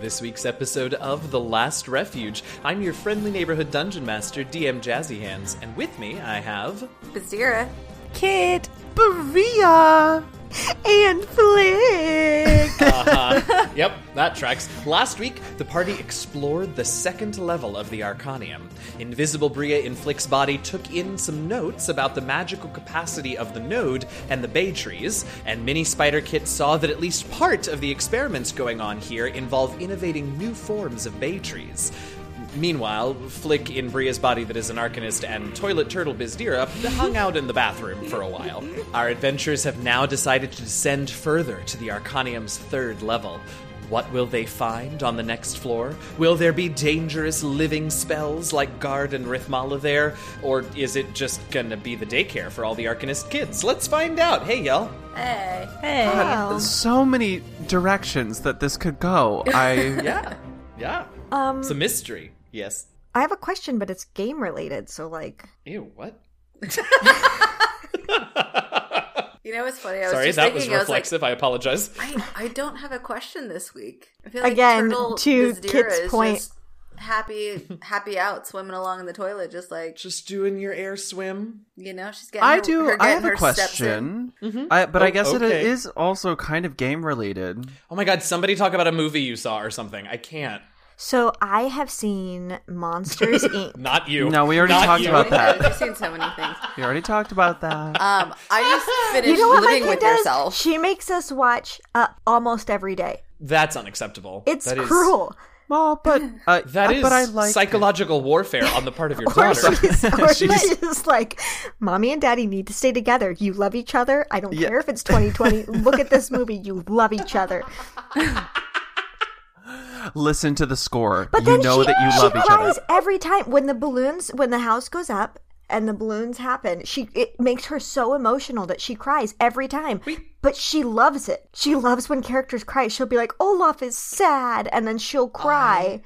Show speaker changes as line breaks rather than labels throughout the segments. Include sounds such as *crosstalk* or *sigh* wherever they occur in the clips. this week's episode of The Last Refuge. I'm your friendly neighborhood dungeon master, DM Jazzy Hands, and with me I have. *laughs*
Bazira.
Kit, Maria, and Flick.
Yep, that tracks. Last week, the party explored the second level of the Arcanium. Invisible Bria in Flick's body took in some notes about the magical capacity of the node and the bay trees, and Mini Spider Kit saw that at least part of the experiments going on here involve innovating new forms of bay trees. Meanwhile, Flick in Bria's body that is an Arcanist and Toilet Turtle Bizdira hung out in the bathroom for a while. Our adventurers have now decided to descend further to the Arcanium's third level. What will they find on the next floor? Will there be dangerous living spells like Guard and Rithmala there? Or is it just gonna be the daycare for all the Arcanist kids? Let's find out! Hey, y'all!
Hey.
Wow.
so many directions that this could
*laughs*
go. I
Yeah, yeah. Um, it's a mystery. Yes.
I have a question, but it's game related, so like,
Ew, what?
You know what's funny? I was
Sorry,
just
that was
thinking, I was like,
reflexive. I apologize.
I, I don't have a question this week. I feel like
Again,
Turtle
to
Bizdira
Kit's
is
point-
just happy, happy out swimming along in the toilet, just like
Just doing your air swim.
you know, she's getting.
I
her-
do.
Her,
I
getting
have
her
a
steps in. Mm-hmm.
question. I, but I
Oh,
guess
okay.
it is also kind of game related.
Oh my god, somebody talk about a movie you saw or something. I can't.
so I have seen Monsters Inc.
Not you.
No, we already
Not
talked
you.
about that.
I've seen so many things.
We already talked
*laughs*
about that.
Um, I just
*laughs* You
finished
know what
living
Micah
with
does?
yourself.
She makes us watch Up almost every day.
That's unacceptable.
It's
That is-
cruel.
well, but uh,
*laughs* That is
but I like
psychological warfare on the part of your
Or
daughter.
she's, or she's just like, mommy and daddy need to stay together. You love each other. I don't
Yeah.
care if it's 2020. Look at this movie. You love each other.
Listen to the score.
But
you
then
know
she,
that you
she
love each
cries
other.
every time when the balloons when the house goes up and the balloons happen. She it makes her so emotional that she cries every time. But she loves it. She loves when characters cry. She'll be like, Olaf is sad, and then she'll cry.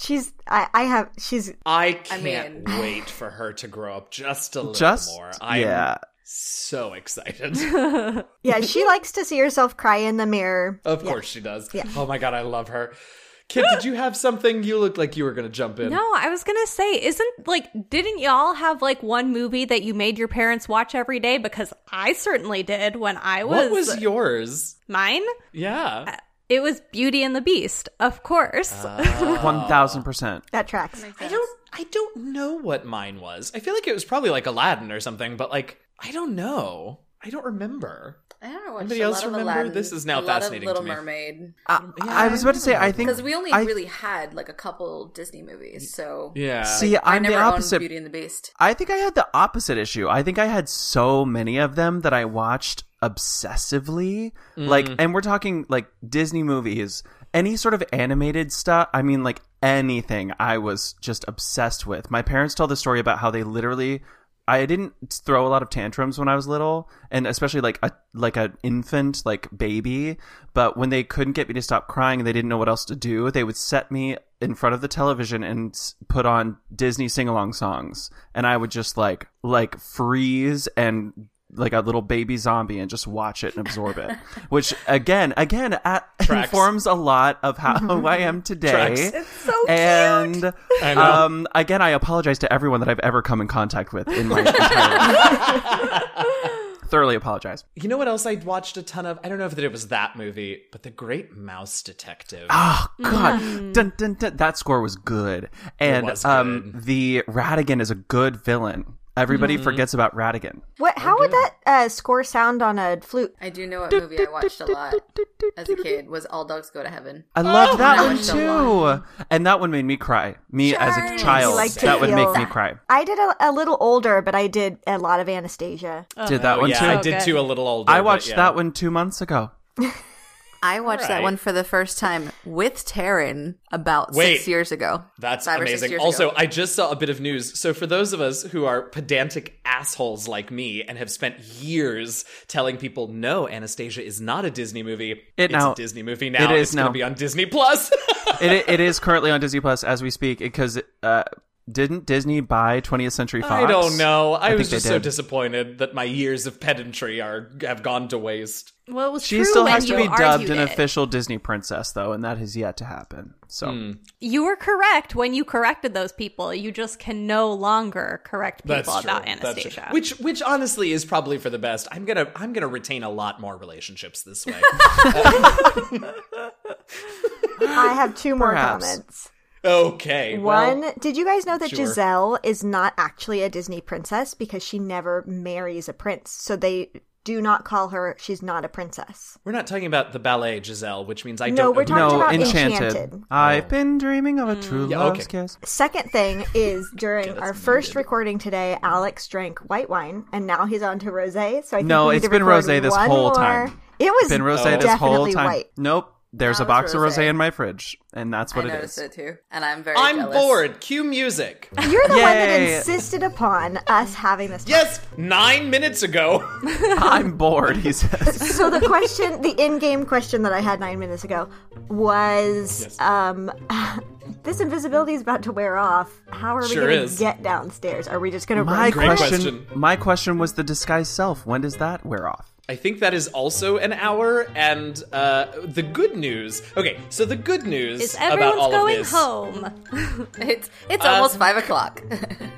she's I, I have she's
I can't
mean-
wait for her to grow up just a little
Just
more. I'm *laughs*
yeah.
so excited.
yeah, she
*laughs*
likes to see herself cry in the mirror.
Of course she does. Oh my god, I love her. Kid, did you have something? You looked like you were going to jump in.
No, I was gonna say, isn't like, didn't y'all have like one movie that you made your parents watch every day? Because I certainly did when I
what
was,
was yours?
mine.
Yeah.
It was Beauty and the Beast, of course.
Ah. One thousand percent.
That tracks.
I don't I don't know what mine was. I feel like it was probably like Aladdin or something, but like I don't know. I don't remember.
I don't know. watched
Anybody
a
else
lot of
remember?
Aladdin,
This is now
a lot of
fascinating
Little
to me.
Mermaid.
I was about to say. I think
Because we only
I-
really had like a couple Disney movies, so
Yeah.
see.
I
I'm
never
the
owned
opposite
Beauty and the Beast.
I think I had the opposite issue. I think I had so many of them that I watched obsessively. Like, and we're talking like Disney movies, any sort of animated stuff. I mean, like anything I was just obsessed with. My parents tell the story about how they literally. I didn't throw a lot of tantrums when I was little, and especially like a like an infant, like baby. But when they couldn't get me to stop crying and they didn't know what else to do, they would set me in front of the television and s- put on Disney sing along songs, and I would just like like freeze and like a little baby zombie and just watch it and
*laughs*
absorb it. Which again, again, at,
Tracks. Mm-hmm.
informs a lot of how *laughs* I am
Tracks.
today.
It's
so cute.
And
I know.
um, again, I apologize to everyone that I've ever come in contact with in my entire life. Thoroughly apologize.
You know what else I watched a ton of? I don't know if that it was that movie, but The Great Mouse Detective.
Oh god, dun, dun, dun. that score was good. And
was
um, the Radigan is a good villain. Everybody forgets about Radigan.
What how would that uh, score sound on a flute?
I do know what movie I watched a lot as a kid was All Dogs Go to Heaven.
I love that
I
one
watched a
too. And that one made me cry. Me as
Charles.
a child,
You like to
that would
feel-
make me cry.
I did a, a little older, but I did a lot of Anastasia.
Did that
Oh,
one
yeah,
too.
I
So
did
good.
too a little older.
I
but
watched
yeah.
that one two months ago.
I watched
All right.
that one for the first time with Taryn about
Wait.
six years ago.
That's
Five or six
amazing.
years
Also,
ago.
I just saw a bit of news. So, for those of us who are pedantic assholes like me and have spent years telling people, no, Anastasia is not a Disney movie, it's
now-
a Disney movie now.
it
and
is
it's going
now.
to be on Disney Plus. *laughs*
it, it is currently on Disney Plus as we speak because uh, Didn't Disney buy 20th Century Fox?
I don't know. I,
think
was
they
just so
did.
disappointed that my years of pedantry are have gone to waste.
*laughs* Well, it was
She
true
still
when
has to
you
be dubbed
argued
an
it.
official Disney princess, though, and that has yet to happen. So
Hmm.
You were correct when you corrected those people. You just can no longer correct people
That's true.
about
That's true.
Anastasia.
Which which honestly is probably for the best. I'm gonna I'm gonna retain a lot more relationships this
*laughs*
way. Uh,
I have two more
Ah, Perhaps.
comments.
okay. well,
One, did you guys know that
sure.
Giselle is not actually a Disney princess because she never marries a prince? So they do not call her, she's not a princess.
we're not talking about the ballet, Giselle, which means I
No,
don't
we're
know-
talking
no,
about
enchanted.
Enchanted. Hmm.
I've been dreaming of a true
Oh. Yeah,
love's
okay.
kiss.
Second thing
*laughs*
is during our first recording today, Alex drank white wine and now he's on to rose. So I think
No,
we need
it's
to
been
record
rosé this
one
whole
more.
time.
It was
Been rosé
definitely
this whole time.
white.
Nope. There's
No,
a
it's
box of
rosé.
rosé in my fridge, and that's what
I
it
noticed
is.
it too, and I'm very.
I'm
jealous.
bored. Cue
*laughs*
music.
You're the one that
Yay.
insisted upon us having this.
yes, nine minutes ago. *laughs*
I'm
*laughs*
bored, he says.
So the question, the in-game question that I had nine minutes ago was, um, *laughs* this invisibility is about to wear off. How are we
Sure
going to
is.
get downstairs? Are we just going to
My
run? for it?
question,
question.
My question was the disguised self. When does that wear off?
I think that is also an hour. And uh, the good news. Okay, so the good news
is
about all
everyone's
of
going
this.
home?
*laughs* It's it's
Um,
almost
*laughs*
five o'clock.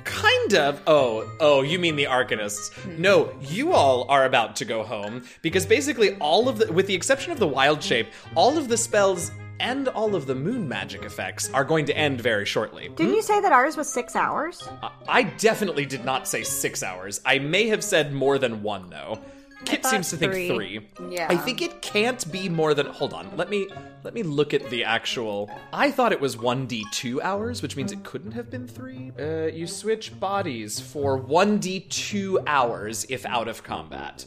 Kind of. Oh, oh, you mean the Arcanists.
Hmm.
No, you all are about to go home because basically all of the, with the exception of the wild shape, all of the spells and all of the moon magic effects are going to end very shortly.
Didn't you say that ours was six hours?
I- I definitely did not say six hours. I may have said more than one though. Kit
thought
seems to think
three.
three.
Yeah.
I think it can't be more than. Hold on. Let me let me look at the actual. I thought it was one d two hours, which means it couldn't have been three. Uh, you switch bodies for one d two hours if out of combat.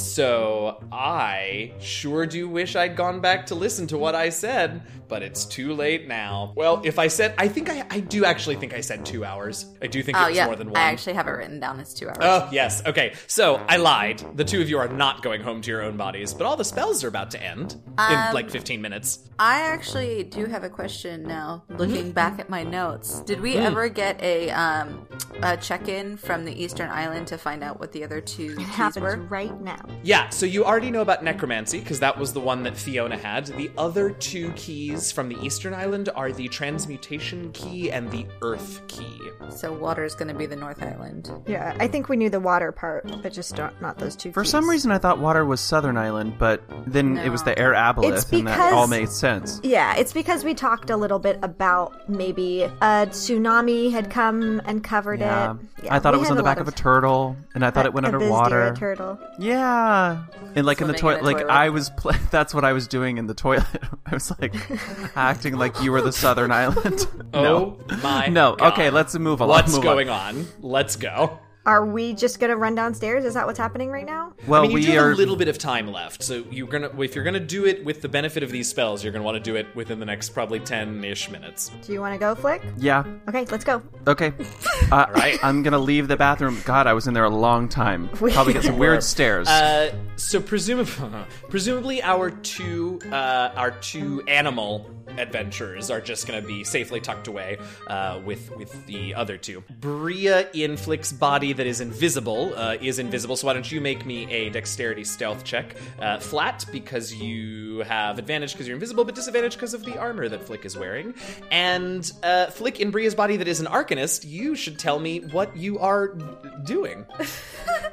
So I sure do wish I'd gone back to listen to what I said, but it's too late now. Well, if I said, I think I I do actually think I said two hours. I do think it
Oh
was
yeah,
more than one.
I actually have it written down as two hours.
Oh, yes. Okay. So I lied. The two of you are not going home to your own bodies, but all the spells are about to end in like 15 minutes.
I actually do have a question now.
Mm-hmm.
Looking back at my notes, did we
Mm.
ever get a um a check in from the Eastern Island to find out what the other two
It
keys
happens
were?
right now.
Yeah, so you already know about necromancy because that was the one that Fiona had. The other two keys from the Eastern Island are the transmutation key and the earth key.
So water is going to be the North Island.
Yeah, I think we knew the water part, but just not, not those two.
For some reason, I thought water was Southern Island, but then it was the Air Aboleth,
It's
and that
because-
all made sense.
Yeah, it's because we talked a little bit about maybe a tsunami had come and covered
Yeah.
it.
I thought
we
it was
had
on the
lot
back of a turtle, and I thought it went
a
underwater.
Vizdira turtle.
Yeah, and like in the
Swimming
toilet,
in the
like
toilet.
I was. Pl- *laughs* that's what I was doing in the toilet. *laughs* I was like acting like you were the Southern Island. *laughs* no.
Oh my.
No,
God.
okay, let's move on.
What's
move
going on? Let's go.
Are we just gonna run downstairs? Is that what's happening right now?
Well,
I mean, you do
we
have
are.
a little bit of time left, so you're gonna if you're gonna do it with the benefit of these spells, you're gonna want to do it within the next probably ten-ish minutes.
Do you want to go, Flick?
Yeah.
Okay, let's go.
Okay. Uh,
right.
I'm gonna leave the bathroom. God, I was in there a long time. Probably get some weird stares.
Uh, so presumably, *laughs* presumably our two uh, our two animal adventurers are just going to be safely tucked away uh, with with the other two. Bria inflicts body that is invisible uh, is invisible. So why don't you make me a dexterity stealth check uh, flat because you have advantage because you're invisible, but disadvantage because of the armor that Flick is wearing. And uh, Flick in Bria's body that is an arcanist. You should tell me what you are doing.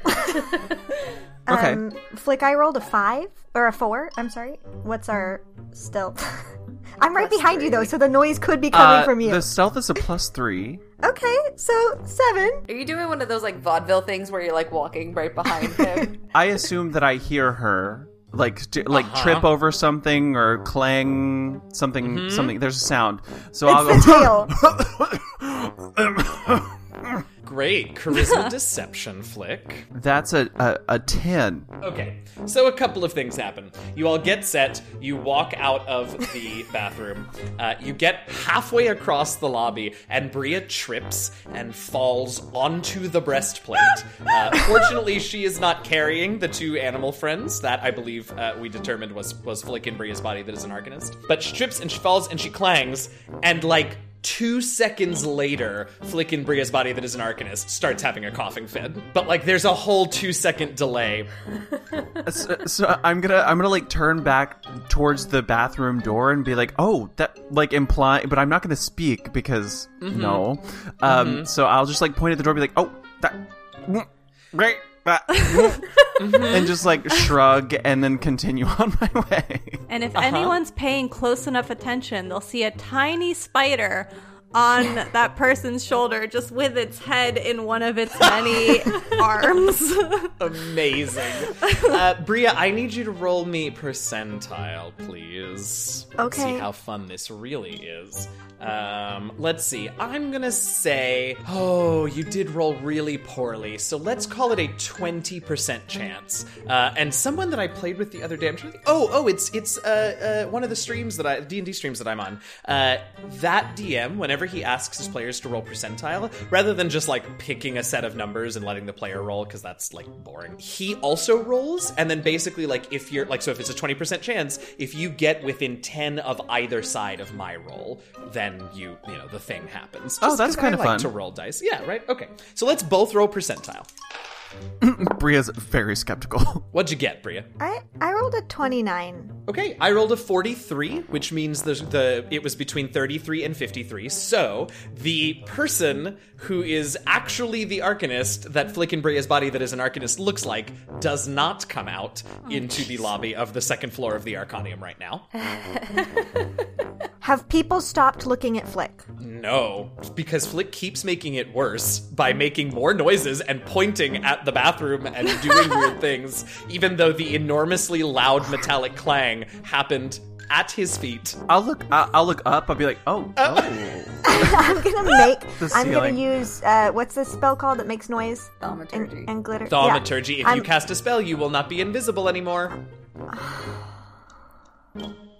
okay.
um, Flick, I rolled a five or a four. I'm sorry. What's our stealth? *laughs* I'm right behind you though, so the noise could be coming
Uh,
from you.
The stealth is a plus three.
Okay, so seven.
Are you doing one of those like vaudeville things where you're like walking right behind him?
I assume that I hear her like t- like trip over something or clang something something. There's a sound, so I'll go.
It's the tail.
Great. Charisma deception flick.
That's a, a a ten.
Okay, so a couple of things happen. You all get set, you walk out of the *laughs* bathroom, uh, you get halfway across the lobby, and Bria trips and falls onto the breastplate. Uh, fortunately, she is not carrying the two animal friends that I believe uh, we determined was, was Flick and Bria's body that is an Arcanist. But she trips and she falls and she clangs, and like Two seconds later, Flick and Bria's body that is an Arcanist starts having a coughing fit. But like there's a whole two second delay.
So, so I'm gonna I'm gonna like turn back towards the bathroom door and be like, oh, that like imply, but I'm not gonna speak because no. Um, so I'll just like point at the door, and be like, oh, that, mm, right, that, mm," and just like shrug and then continue *laughs* on my way.
And
Uh-huh.
if anyone's paying close enough attention, they'll see a tiny spider on
*laughs*
that person's shoulder, just with its head in one of its many
*laughs*
arms. *laughs*
Amazing. Uh, Bria, I need you to roll me percentile, please. Let's see
Okay.
how fun this really is. Um, let's see. I'm gonna say, oh, you did roll really poorly, so let's call it a 20% chance. Uh, and someone that I played with the other day, I'm trying to think, oh, oh, it's it's uh, uh, one of the streams that I D and D streams that I'm on. Uh, that DM, whenever he asks his players to roll percentile, rather than just like picking a set of numbers and letting the player roll because that's like boring, he also rolls, and then basically like if you're like so if it's a 20% chance, if you get within 10 of either side of my roll, then you you know the thing happens.
Oh,
Just
that's
'cause I
kinda
like
fun.
to roll dice. Yeah, right. Okay, so let's both roll percentile.
Bria's very skeptical. *laughs*
What'd you get, Bria?
I I rolled a twenty nine.
Okay, I rolled a 43, which means the, the it was between 33 and 53. So the person who is actually the Arcanist that Flick and Bria's body that is an Arcanist looks like does not come out into the lobby of the second floor of the Arcanium right now.
Have people stopped looking at Flick? *laughs*
No, because Flick keeps making it worse by making more noises and pointing at the bathroom and doing weird things, even though the enormously loud metallic clang happened at his feet.
I'll look I'll, I'll look up. I'll be like, oh, oh.
I'm gonna make.
The
I'm
ceiling.
gonna use uh, what's this spell called that makes noise and,
Thaumaturgy.
and glitter?
Thaumaturgy.
Yeah.
If
I'm-
you cast a spell, you will not be invisible anymore.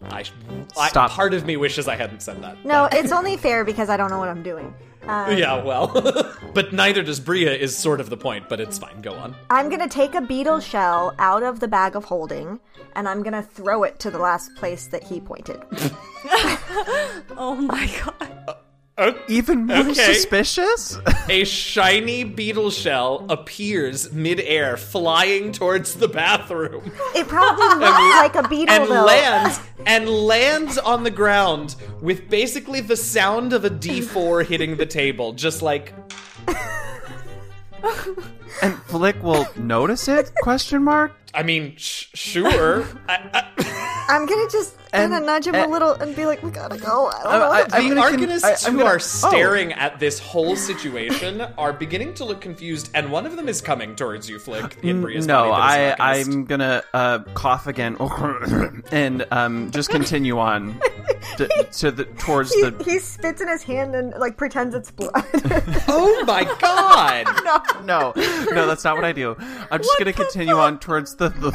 I, I
Stop.
Part of me wishes I hadn't said that.
No, it's only fair because I don't know what I'm doing.
*laughs*
Um,
Yeah, well, *laughs* but neither does Bria. Is sort of the point, but it's fine. Go on.
I'm gonna take a beetle shell out of the bag of holding, and I'm gonna throw it to the last place that he pointed.
oh my god.
even more
Okay.
*laughs* suspicious.
A shiny beetle shell appears midair, flying towards the bathroom,
It
*laughs*
probably looked like a *laughs* beetle
and
though.
lands and lands on the ground with basically the sound of a D four *laughs* hitting the table, just like
and Flick will notice it? Question mark.
I mean, sh- sure. I, I,
*laughs* I'm gonna just kind
And-
of nudge him
and-
a little and be like, "We gotta go." I don't
Uh,
know.
I-
the
I'm gonna con-
Arcanists
I- I'm
who
gonna- Oh.
are staring at this whole situation are beginning to look confused, and one of them is coming towards you, Flick. In Bria's
No,
body that is
I
an Arcanist.
I'm gonna uh, cough again *laughs* and um, just continue *laughs* on to, to the towards
he,
the.
he spits in his hand and like pretends it's blood. *laughs*
Oh
*laughs*
my god!
No, *laughs* no, no, that's not what I do. I'm just gonna continue on towards the the,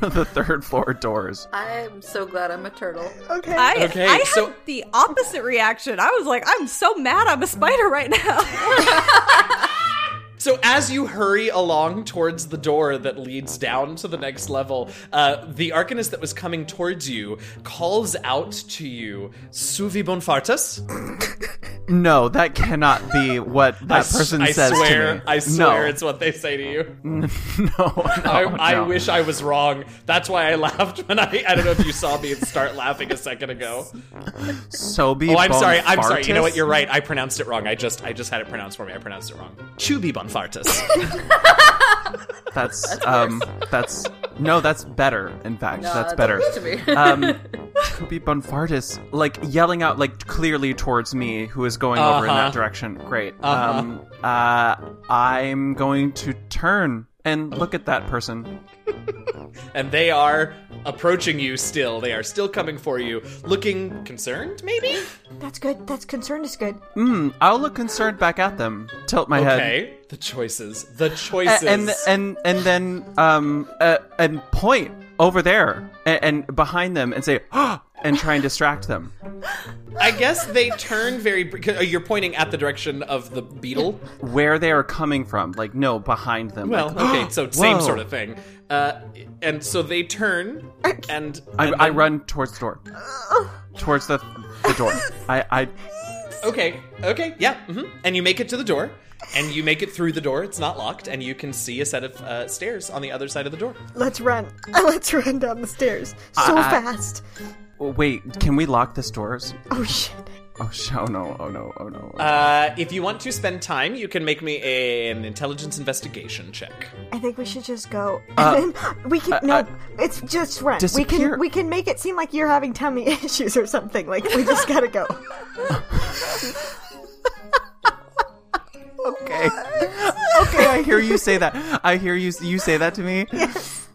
door, *laughs* the third floor doors.
*laughs* I'm so glad I'm a turtle.
okay.
I,
Okay,
I had
so-
the opposite reaction. I was like, I'm so mad I'm a spider right now.
So as you hurry along towards the door that leads down to the next level, uh, the Arcanist that was coming towards you calls out to you, "Suvi bonfartas."
No, that cannot be what that person
I
says
swear,
to me.
I swear,
no.
it's what they say to you.
*laughs* no, no,
I, I
Oh, no.
wish I was wrong. That's why I laughed when I. I don't know if you saw me start laughing a second
*laughs*
ago.
So be
Oh, I'm sorry. I'm sorry. You know what? You're right. I pronounced it wrong. I just, I just had it pronounced for me. I pronounced it wrong. Chubi
*laughs*
bonfartus.
That's, um, that's no, that's better. In fact, that's *laughs* better.
To me.
um, Kobe Bonfartis, like yelling out, like clearly towards me, who is going over in
Uh-huh.
that direction. Great. Um, uh, I'm going to turn and look at that person.
and they are approaching you. Still, they are still coming for you, looking concerned, maybe.
Uh,
That's good. That's concerned is good.
Mm, I'll look concerned back at them. Tilt my head.
Okay. The choices. The choices.
A- uh, and and and then um uh, and point over there and, and behind them and say *gasps* ah and try and distract them.
I guess they turn very. br- oh, You're pointing at the direction of the beetle.
Where they are coming from, like no, behind them.
Well,
like, *gasps*
okay, so same
Whoa.
sort of thing. Uh, and so they turn, and
I,
and
I
then- *sighs*
run towards the door. Towards the the door. I, I
Okay, okay, yeah. hmm And you make it to the door, and you make it through the door. It's not locked, and you can see a set of uh, stairs on the other side of the door.
Let's run. *laughs* Let's run down the stairs so
I-
fast.
Well, Wait, can we lock this doors?
Oh shit.
Oh, sh- oh no, oh no, oh no.
Uh, if you want to spend time, you can make me a- an intelligence investigation check.
I think we should just go. *laughs* And then we can no.
uh,
it's just run. We
disappear.
can we can make it seem like you're having tummy *laughs* issues or something. Like we just gotta go. *laughs*
okay. *laughs* okay, I hear you say that. I hear you you say that to me.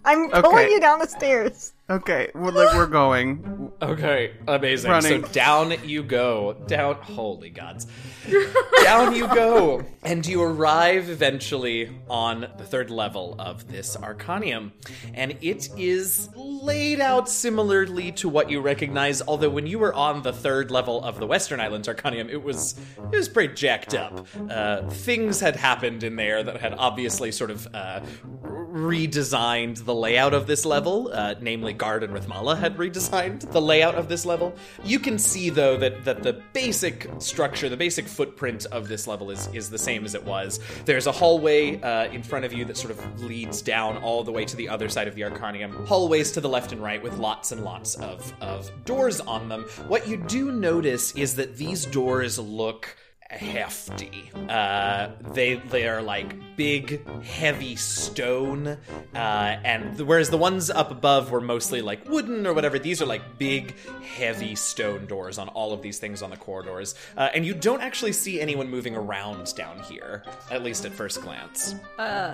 I'm pulling
Okay.
you down the stairs.
Okay, well, like we're going.
Okay, amazing.
Running.
So down you go. Down, holy gods. *laughs* down you go. And you arrive eventually on the third level of this Arcanium. And it is laid out similarly to what you recognize, although when you were on the third level of the Western Islands Arcanium, it was it was pretty jacked up. Uh, things had happened in there that had obviously sort of uh, redesigned the layout of this level. Uh, namely, Guard and Rithmala had redesigned the layout of this level. You can see though that that the basic structure, the basic footprint of this level is is the same as it was. There's a hallway uh, in front of you that sort of leads down all the way to the other side of the Arcanium. Hallways to the left and right with lots and lots of of doors on them. What you do notice is that these doors look hefty. Uh, they they are like big, heavy stone, uh, and th- whereas the ones up above were mostly like wooden or whatever, these are like big, heavy stone doors on all of these things on the corridors. Uh, and you don't actually see anyone moving around down here, at least at first glance. Uh.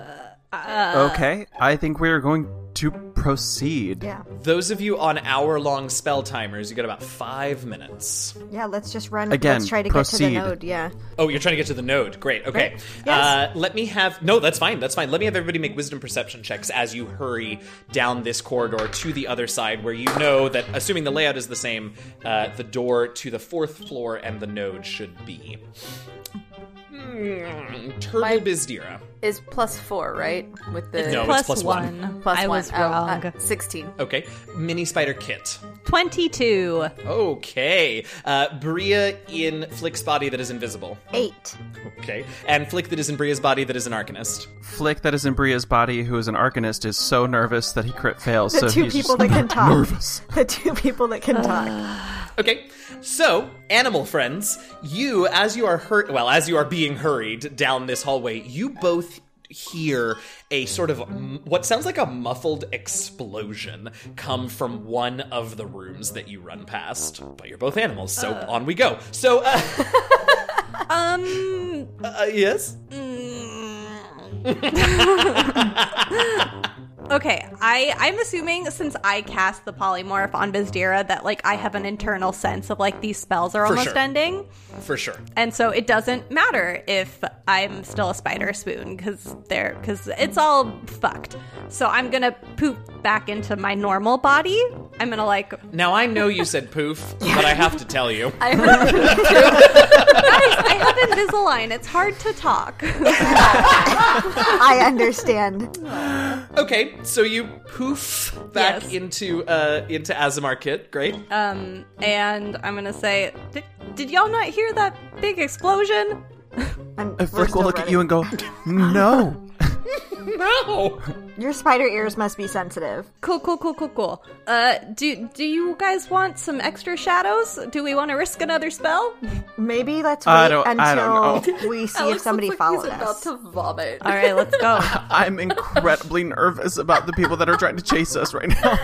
okay, I think we're going to proceed.
Yeah.
Those of you on hour-long spell timers, you got about five minutes.
Yeah. Let's just run.
Again,
Let's try to get
proceed.
to the node. Yeah.
Oh, you're trying to get to the node. Great. Okay.
Right.
Uh, let me have. No, that's fine. That's fine. Let me have everybody make wisdom perception checks as you hurry down this corridor to the other side, where you know that, assuming the layout is the same, uh, the door to the fourth floor and the node should be. Mm, Turtle Bizdira.
*laughs* Is plus four, right? With the
No, it's *laughs*
Plus
plus one.
plus
I
one.
was
Oh, uh,
wrong.
16.
Okay. Mini Spider Kit.
22.
Okay. Uh, Bria in Flick's body that is invisible.
Eight.
Okay. And Flick that is in Bria's body that is an Arcanist.
Flick, that is in Bria's body, who is an Arcanist, is so nervous that he crit fails.
The
so
two
he's
people that
just *laughs*
can talk.
nervous.
*laughs* The two people that can talk.
Okay, so animal friends, you as you are hurt, well, as you are being hurried down this hallway, you both hear a sort of m- what sounds like a muffled explosion come from one of the rooms that you run past. But you're both animals, so on we go. So, uh,
*laughs* Um,
uh, yes,
Mm. *laughs* okay. I, I'm assuming since I cast the polymorph on Bizdira that, like, I have an internal sense of, like, these spells are
For
almost
sure.
ending.
for sure.
And so it doesn't matter if I'm still a spider spoon because they're because it's all fucked. So I'm gonna poop back into my normal body. I'm gonna like
Now I know you said poof, but I have to tell you.
*laughs*
I heard
I have Invisalign. It's hard to talk.
I understand.
Okay, so you poof back
Yes.
into uh into Azamar Kit. Great.
Um, and I'm gonna say, did, did y'all not hear that big explosion?
I'm,
And
we're
Flick
still
will look at
running.
you and go, *laughs* no.
no.
Your spider ears must be sensitive.
Cool, cool, cool, cool, cool. Uh, do do you guys want some extra shadows? Do we want to risk another spell?
Maybe let's wait
I don't- I
until
don't
we see if somebody followed us.
about to vomit.
All right,
*laughs*
let's go.
I'm incredibly nervous about the people that are trying to chase us right now.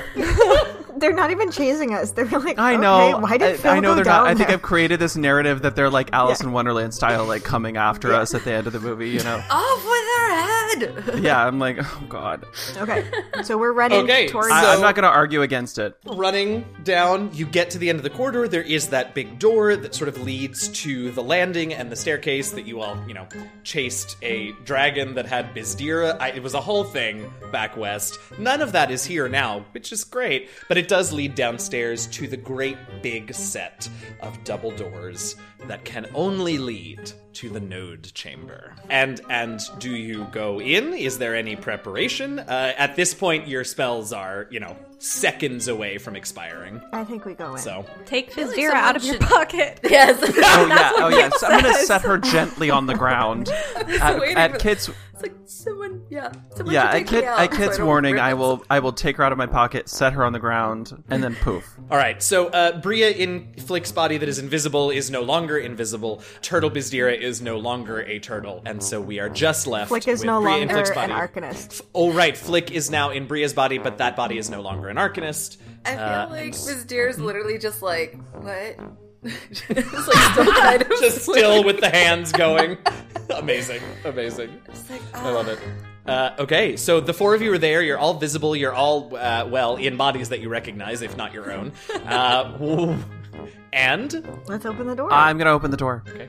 They're not even chasing us. They're like,
I know.
"Okay, why did
I,
Phil
I know
go
they're
down
not. I think
there?"
I've created this narrative that they're like Alice in Wonderland style, like coming after us at the end of the movie. You know?
Off with her head!
Yeah. I'm like, oh god.
Okay, so we're running
Okay,
towards.
so-
I, I'm not gonna argue against *laughs* it.
running down. You get to the end of the corridor. There is that big door that sort of leads to the landing and the staircase that you all, you know, chased a dragon that had Bizdira. I, it was a whole thing back west. None of that is here now, which is great. But it does lead downstairs to the great big set of double doors that can only lead to the node chamber. And and do you go in? Is there any preparation? Uh, at this point, your spells are you know seconds away from expiring.
I think we go in.
So
Take the
like
Zira
someone
out of your
should-
pocket.
*laughs* Yes.
Oh yeah, oh yeah. So I'm gonna set her gently on
*laughs*
the ground. at
waiting
at
for-
Kit's
it's like someone, yeah. Someone
yeah,
should
at,
take me
Kit,
out
at
so
Kit's
don't
warning,
rip
I
it.
will I will take her out of my pocket, set her on the ground, and then poof.
All right, so uh, Bria in Flick's body that is invisible is no longer invisible. Turtle Bizdira is no longer a turtle, and so we are just left
Flick is
with
no
Bria in
longer
Flick's
an
body.
Arcanist.
Oh right, Flick is now in Bria's body, but that body is no longer an Arcanist.
I feel
Uh,
like Ms. Deer is literally just like, what? *laughs* just *laughs* like still kind
*laughs*
of
just
like-
still with the hands going. *laughs* amazing, amazing.
like,
I love it. Uh, okay, so the four of you are there. You're all visible. You're all uh, well in bodies that you recognize, if not your own. Uh, *laughs* and
Let's open the door.
I'm gonna open the door.
Okay.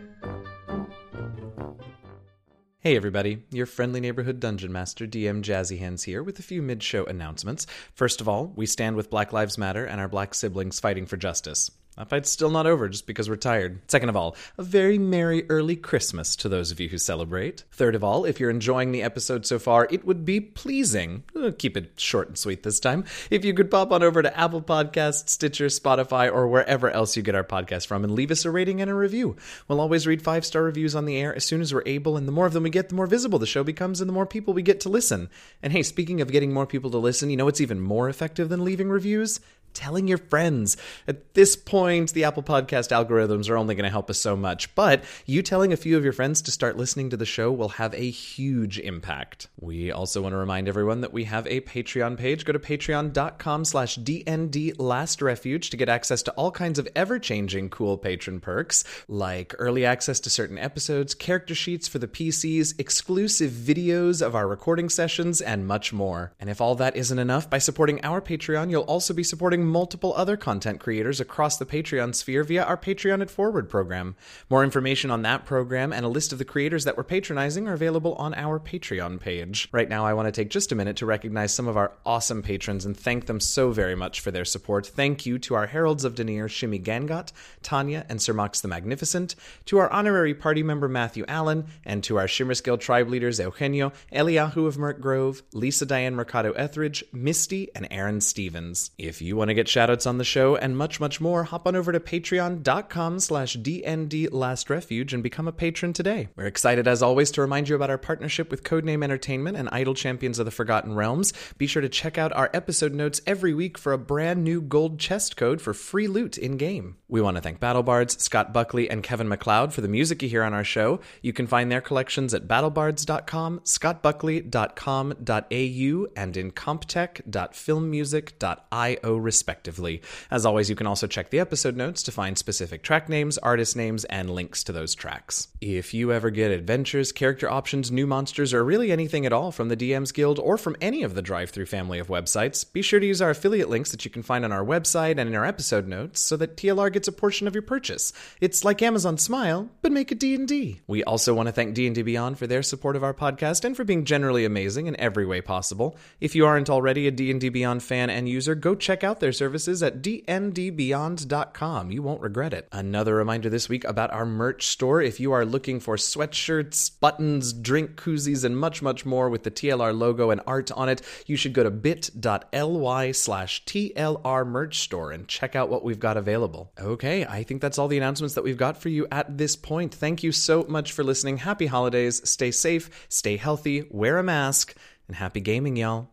Hey everybody, your friendly neighborhood dungeon master DM Jazzy Hands here with a few mid-show announcements. First of all, we stand with Black Lives Matter and our black siblings fighting for justice. That fight's still not over just because we're tired. Second of all, a very merry early Christmas to those of you who celebrate. Third of all, if you're enjoying the episode so far, it would be pleasing. uh, Keep it short and sweet this time. If you could pop on over to Apple Podcasts, Stitcher, Spotify, or wherever else you get our podcast from and leave us a rating and a review. We'll always read five star reviews on the air as soon as we're able, and the more of them we get, the more visible the show becomes and the more people we get to listen. And hey, speaking of getting more people to listen, you know what's even more effective than leaving reviews? Telling your friends. At this point, the Apple Podcast algorithms are only going to help us so much, but you telling a few of your friends to start listening to the show will have a huge impact. We also want to remind everyone that we have a Patreon page. Go to patreon.com slash DND Last Refuge to get access to all kinds of ever changing cool patron perks like early access to certain episodes, character sheets for the PCs, exclusive videos of our recording sessions, and much more. And if all that isn't enough, by supporting our Patreon, you'll also be supporting multiple other content creators across the Patreon sphere via our Patreon at Forward program. More information on that program and a list of the creators that we're patronizing are available on our Patreon page. Right now, I want to take just a minute to recognize some of our awesome patrons and thank them so very much for their support. Thank you to our Heralds of Denier, Shimi Gangot, Tanya, and Sir Mox the Magnificent, to our honorary party member Matthew Allen, and to our Shimmer's Guild tribe leaders Eugenio, Eliahu of Merk Grove, Lisa Diane Mercado Etheridge, Misty, and Aaron Stevens. If you want to get shoutouts on the show and much, much more, hop on over to patreon.com slash DND Last Refuge and become a patron today. We're excited as always to remind you about our partnership with Codename Entertainment and Idle Champions of the Forgotten Realms. Be sure to check out our episode notes every week for a brand new gold chest code for free loot in game. We want to thank BattleBards, Scott Buckley, and Kevin McLeod for the music you hear on our show. You can find their collections at battlebards.com, scottbuckley.com.au, and in comptech.filmmusic.io, respectively. As always, you can also check the episode notes to find specific track names, artist names, and links to those tracks. If you ever get adventures, character options, new monsters, or really anything at all from the DMs Guild or from any of the drive through family of websites, be sure to use our affiliate links that you can find on our website and in our episode notes so that TLR gets a portion of your purchase. It's like Amazon Smile, but make it D&D. We also want to thank D&D Beyond for their support of our podcast and for being generally amazing in every way possible. If you aren't already a D&D Beyond fan and user, go check out their services at dndbeyond.com. You won't regret it. Another reminder this week about our merch store. If you are looking for sweatshirts, buttons, drink koozies, and much, much more with the TLR logo and art on it, you should go to bit.ly slash TLR merch store and check out what we've got available. Okay, I think that's all the announcements that we've got for you at this point. Thank you so much for listening. Happy holidays. Stay safe, stay healthy, wear a mask, and happy gaming, y'all.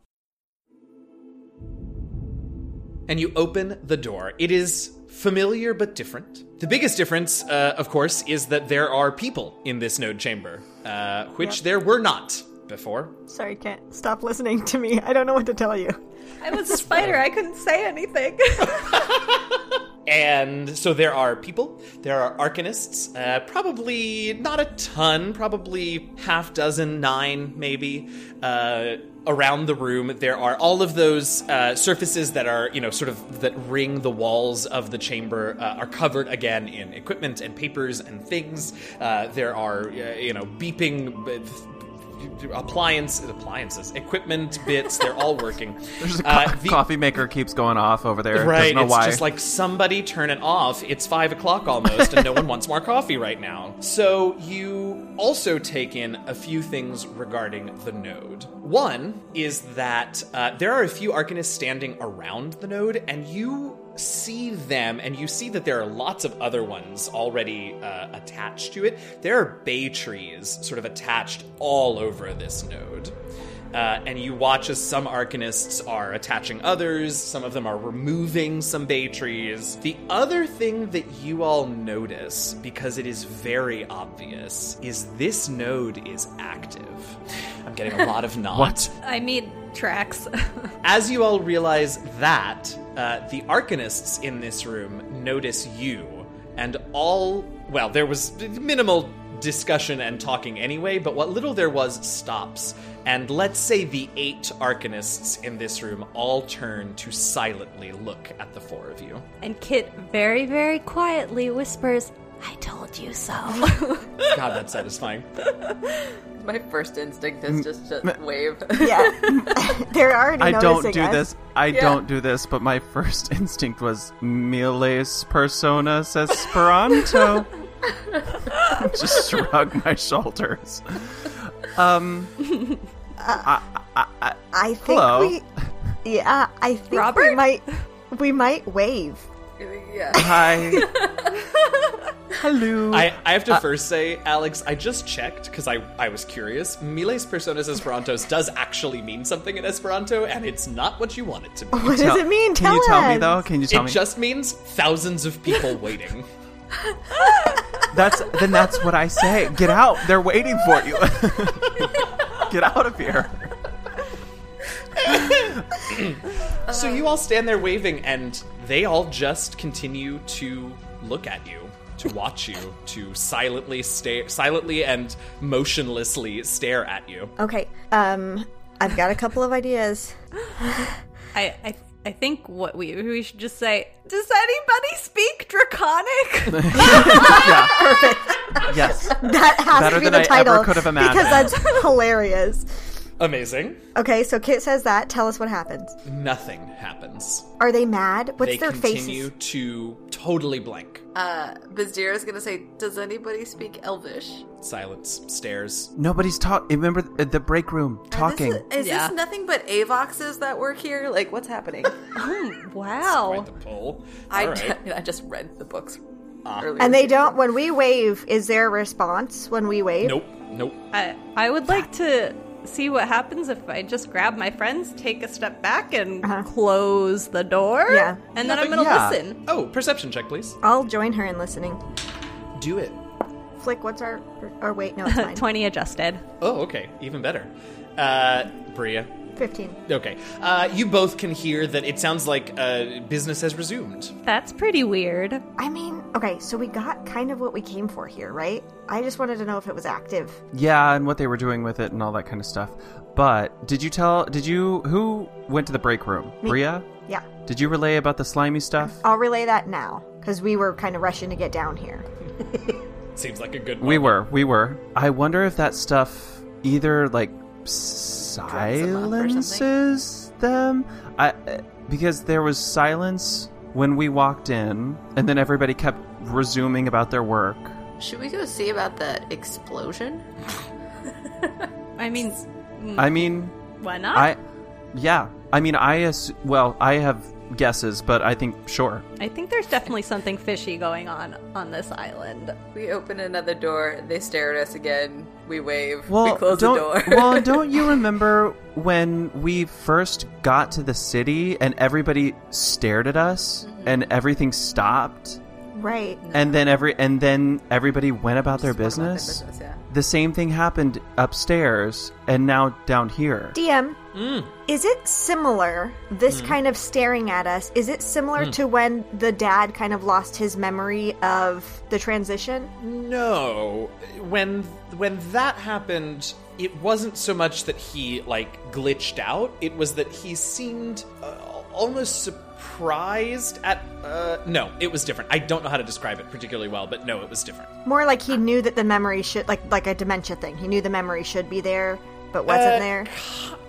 and you open the door. It is familiar but different. The biggest difference, uh, of course, is that there are people in this node chamber, uh, which there were not before.
Sorry, can't stop listening to me. I don't know what to tell you.
*laughs* I was a spider. I couldn't say anything. *laughs*
And so there are people, there are arcanists, uh, probably not a ton, probably half dozen, nine maybe, uh, around the room. There are all of those uh, surfaces that are, you know, sort of that ring the walls of the chamber uh, are covered again in equipment and papers and things. Uh, there are, uh, you know, beeping. uh, appliance appliances, equipment bits. They're all working.
*laughs* There's a co-
Uh, the-
coffee maker keeps going off over there.
Right,
Doesn't know
it's
why.
just like somebody turn it off. It's five o'clock almost, and no one wants more coffee right now. So you also take in a few things regarding the node. One is that uh, there are a few arcanists standing around the node, and you see them and you see that there are lots of other ones already uh, attached to it there are bay trees sort of attached all over this node uh, and you watch as some arcanists are attaching others, some of them are removing some bay trees. The other thing that you all notice, because it is very obvious, is this node is active. I'm getting a lot of nods.
What?
I mean, tracks. *laughs*
As you all realize that, uh, the arcanists in this room notice you, and all. Well, there was minimal discussion and talking anyway, but what little there was stops. And let's say the eight arcanists in this room all turn to silently look at the four of you.
and Kit very, very quietly whispers, I told you so. *laughs*
God, that's satisfying.
My first instinct is just to wave. *laughs*
Yeah, *laughs* they're already.
I don't
noticing
do
us.
this. I don't do this. But my *laughs* first instinct was miles personas Esperanto. *laughs* Just shrug my shoulders. Um,
I think
Hello.
we. Yeah, I think we
Robert?
might. We might wave.
yeah.
hi. Hello.
I, I have to first say, Alex, I just checked because I, I was curious. Miles Personas Esperantos does actually mean something in Esperanto, and it's not what you want it to be.
*laughs* What does
Tell-
it mean?
Can you tell me
us.
though? Can you tell
it
me?
just means thousands of people waiting.
That's then that's what I say. Get out. They're waiting for you. *laughs* Get out of here.
Uh,
so you all stand there waving, and they all just continue to look at you, to watch you, to silently stare, silently and motionlessly stare at you.
Okay. Um, I've got a couple of ideas.
I, I, I think what we we should just say. Does anybody
*laughs*
speak Draconic?
Yeah. Perfect. Yes.
That has
Better
to be
than
the
I ever
title.
could have imagined.
Because that's *laughs* hilarious.
Amazing.
Okay, so Kit says that. Tell us what happens.
Nothing happens.
Are they mad? What's
they
their
continue
faces?
to totally blank.
Uh, Bazir is gonna say, "Does anybody speak Elvish?"
Silence. Stares.
Nobody's talking. Remember th- the break room talking.
This is, is
Yeah.
this nothing but Avoxes that work here? Like,
*laughs*
what's happening?
Oh,
Quite
wow.
the poll.
I,
All right.
*laughs*
Ah.
I just read the books earlier.
And they don't. When we wave, is there a response when we wave?
Nope. Nope.
I, I would like to see what happens if I just grab my friends, take a step back, and close the door.
Yeah.
And then I'm going to
Yeah.
listen.
Oh, perception check, please.
I'll join her in listening.
Do it.
Flick, what's our? Or wait,
*laughs*
no, it's mine.
20 adjusted.
Oh, okay. Even better. Uh, Bria,
Fifteen.
Okay. Uh, you both can hear that it sounds like uh, business has resumed.
That's pretty weird.
I mean, okay, so we got kind of what we came for here, right? I just wanted to know if it was active.
Yeah, and what they were doing with it and all that kind of stuff. But did you tell? Did you who went to the break room? Bria.
Yeah,
Did you relay about the slimy stuff?
I'll relay that now because we were kind of rushing to get down here.
Seems like a good
We
moment.
were. We were. I wonder if that stuff either like silences them. I uh, because there was silence when we walked in, and then everybody kept resuming about their work.
Should we go see about the explosion?
I mean,
I mean,
why not?
I yeah. I mean, I ass- well, I have guesses, but I think sure.
I think there's definitely something fishy going on on this island.
We open another door. They stare at us again. We wave.
Well,
we close
don't,
the door. *laughs*
*laughs* well, don't you remember when we first got to the city and everybody stared at us
Mm-hmm.
and everything stopped?
Right.
and then every and then everybody went about their business.
business, yeah.
The same thing happened upstairs and now down here.
DM,
Mm.
is it similar, this kind of staring at us, is it similar
Mm.
to when the dad kind of lost his memory of the transition?
No, when when that happened, it wasn't so much that he like glitched out. It was that he seemed uh, almost surprised surprised at. Uh, no, it was different. I don't know how to describe it particularly well, but no, it was different.
More like
Uh.
he knew that the memory should like like a dementia thing. He knew the memory should be there, but wasn't
Uh,
there.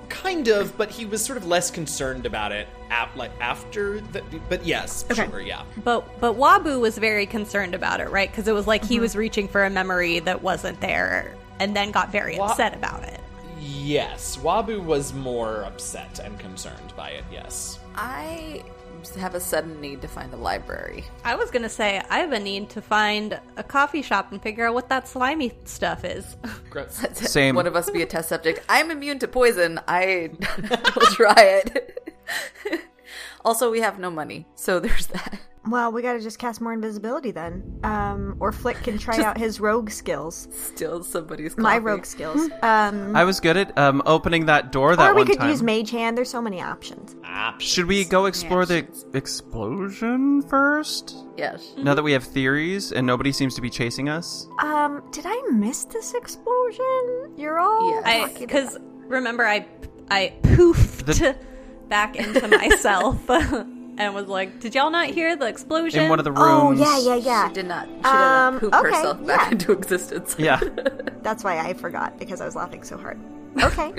Kind of, but he was sort of less concerned about it. Ap- like after the, but yes,
Okay.
sure, yeah.
But but Wabu was very concerned about it, right? Because it was like
Mm-hmm.
he was reaching for a memory that wasn't there, and then got very
Wa-
upset about it.
Yes, Wabu was more upset and concerned by it, yes.
I have a sudden need to find a library.
I was gonna say I have a need to find a coffee shop and figure out what that slimy stuff is.
Gross.
Same.
One of us be a test subject. I'm immune to poison. I *laughs* will try it. *laughs* also, we have no money, so there's that.
Well, we gotta just cast more invisibility then, um, or Flick can try out his rogue skills,
Still, somebody's
my
coffee.
rogue
*laughs*
skills. Um,
I was good at um, opening that door that
or we
one
could
time.
use Mage Hand. There's so many options.
Option.
Should we go explore the explosion first?
Yes.
Now that we have theories and nobody seems to be chasing us?
Um, did I miss this explosion? You're all
Yes.
I
talking
because remember I I poofed
The-
back into myself *laughs* and was like, "Did y'all not hear the explosion?"
In one of the rooms.
Oh yeah, yeah, yeah.
She did not. She did
Um,
not poop
okay,
herself back
yeah.
into existence.
Yeah.
*laughs*
That's why I forgot because I was laughing so hard. Okay.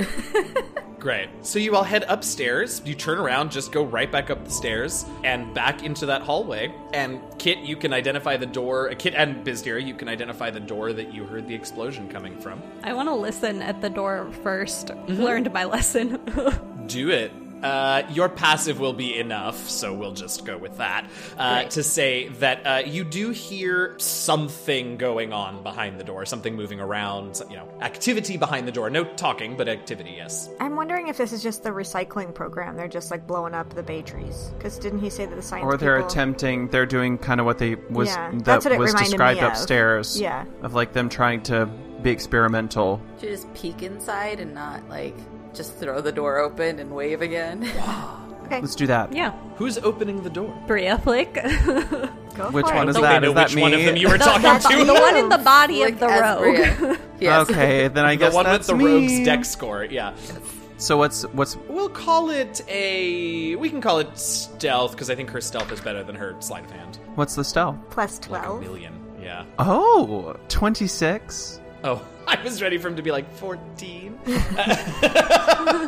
Great. So you all head upstairs, you turn around, just go right back up the stairs and back into that hallway. And Kit, you can identify the door. uh, Kit and Bizdira, you can identify the door that you heard the explosion coming from.
I want to listen at the door 1st
Mm-hmm.
Learned my lesson. *laughs*
Do it. Uh, your passive will be enough, so we'll just go with that. Uh, to say that uh, you do hear something going on behind the door, something moving around, so- you know, activity behind the door. No talking, but activity, yes.
I'm wondering if this is just the recycling program. They're just like blowing up the bay trees. Because didn't he say that the science
or they're
people-
attempting they're doing kind of what they was
Yeah,
that
that's what it
was
reminded
described
me of.
upstairs
Yeah.
of like them trying to be experimental
She just peek inside and not like just throw the door open and wave again.
let's do that
yeah,
Who's opening the door?
Bria flick. the
Go
Which
for
one
it.
is
Don't
that?
they know
Is that
which one of
me?
them
*laughs*
you were
that's
talking
me.
to?
one in the body
Like
of the
as
*laughs*
rogue.
Bria. yes.
okay then
*laughs*
i
The
guess
one with
that's
the
me.
rogue's deck score, yeah.
so what's what's
We'll call it a. We can call it stealth, because I think her stealth is better than her sleight of hand.
what's the stealth
Plus
Like a
12.
million, yeah.
oh 26
Oh, *laughs* I was ready for him to be like 14.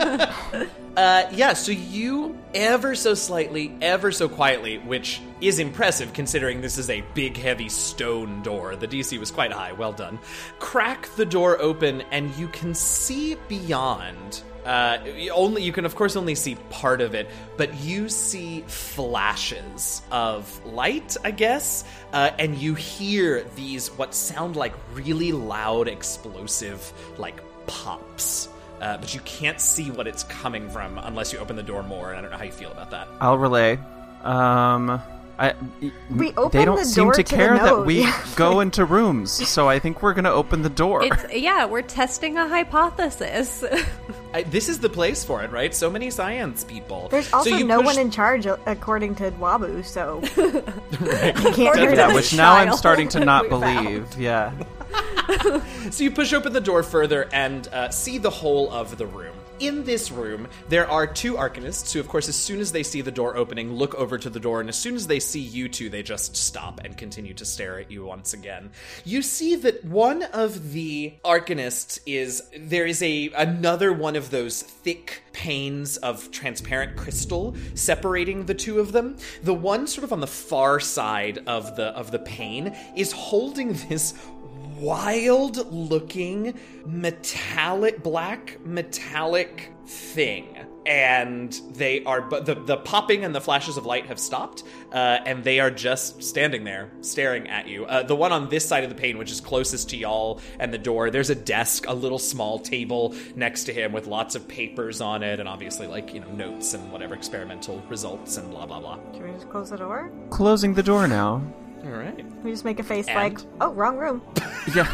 uh, yeah, so you ever so slightly, ever so quietly, which is impressive considering this is a big, heavy stone door. The DC was quite high. Well done. Crack the door open, and you can see beyond. Uh, you only you can of course only see part of it, but you see flashes of light, I guess, uh, and you hear these what sound like really loud, explosive like pops. Uh, but you can't see what it's coming from unless you open the door more. And I don't know how you feel about that.
i'll relay um I,
We
they
opened
don't
the
seem
door
to
to the
care that
node.
we
Yeah. *laughs*
go into rooms, so I think we're gonna open the door. *laughs*
It's yeah, we're testing a hypothesis.
I, this is the place for it, right? So many science people.
There's also
so you
no
push-
one in charge, a- according to Wabu, so. *laughs* you can't
According
hear
to
yeah,
the
that.
which now I'm
child
starting
*laughs*
to not
we found.
believe. Yeah,
So you push open the door further and uh, see the whole of the room. In this room, there are two arcanists who, of course, as soon as they see the door opening, look over to the door, and as soon as they see you two, they just stop and continue to stare at you once again. You see that one of the arcanists is there is a another one of those thick panes of transparent crystal separating the two of them. The one sort of on the far side of the of the pane is holding this wild looking metallic black metallic thing and they are but the, the popping and the flashes of light have stopped uh, and they are just standing there staring at you uh, the one on this side of the pane which is closest to y'all and the door there's a desk a little small table next to him with lots of papers on it and obviously like you know notes and whatever experimental results and blah blah blah
Can we just close the door?
closing the door now.
all right
We just make a face like,
And?
oh, wrong room.
Yeah.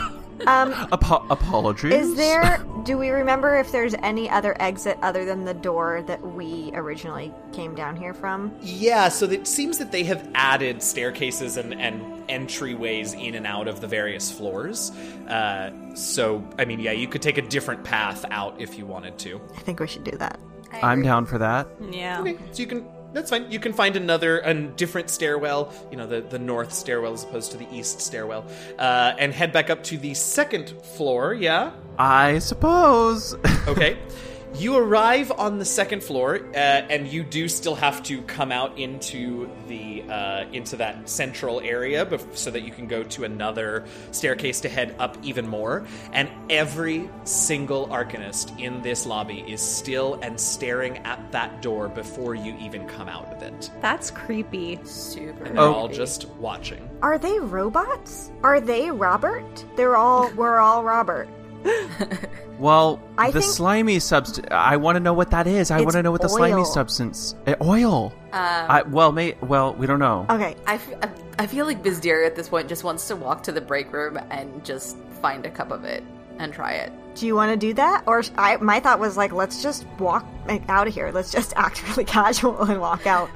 Um,
Apo- apologies.
Is
*laughs*
there? Do we remember if there's any other exit other than the door that we originally came down here from?
Yeah, so it seems that they have added staircases and, and entryways in and out of the various floors. Uh, so, I mean, yeah, you could take a different path out if you wanted to.
I think we should do that.
I
I'm
agree.
down for that.
yeah.
So you can That's fine. You can find another, a different stairwell, you know, the, the north stairwell as opposed to the east stairwell, uh, and head back up to the second floor, yeah?
I suppose. *laughs*
Okay. you arrive on the second floor, uh, and you do still have to come out into the uh, into that central area, bef- so that you can go to another staircase to head up even more. And every single arcanist in this lobby is still and staring at that door before you even come out of it.
*laughs* That's creepy.
Super.
Oh.
They're all just watching.
Are they robots? Are they Robert? They're all we're all Robert.
Well,
I
the
think-
slimy substance. I want to know what that is. I
It's
want to know what the slimy
oil.
substance. eh, oil.
Uh,
I, well, may, well, we don't know.
Okay.
I, f- I- I feel like Bizdiri at this point just wants to walk to the break room and just find a cup of it and try it.
Do you want to do that? Or sh- I, my thought was like, let's just walk like, out of here. Let's just *laughs* act really casual and
*laughs*
walk out.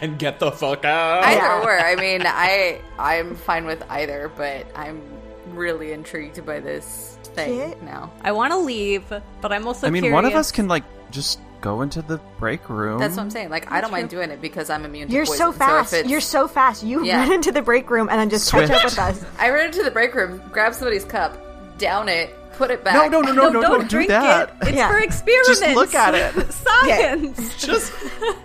and get the fuck out.
Either
Yeah.
or, I mean, I I'm fine with either, but I'm really intrigued by this thing
Shit.
now.
I want to leave, but I'm also.
I mean,
curious.
one of us can like just go into the break room.
That's what I'm saying. Like, I don't mind doing it because I'm immune. to
You're
poison.
so
if
fast.
it's-
You're so fast. You
Yeah.
run into the break room and then just catch up
*laughs*
with us.
I ran into the break room, grabbed somebody's cup, down it, put it back.
No, no, no, no,
No,
no,
don't,
don't do
drink
that.
it. It's
Yeah.
for experiments.
look at
*laughs*
it.
Science.
Just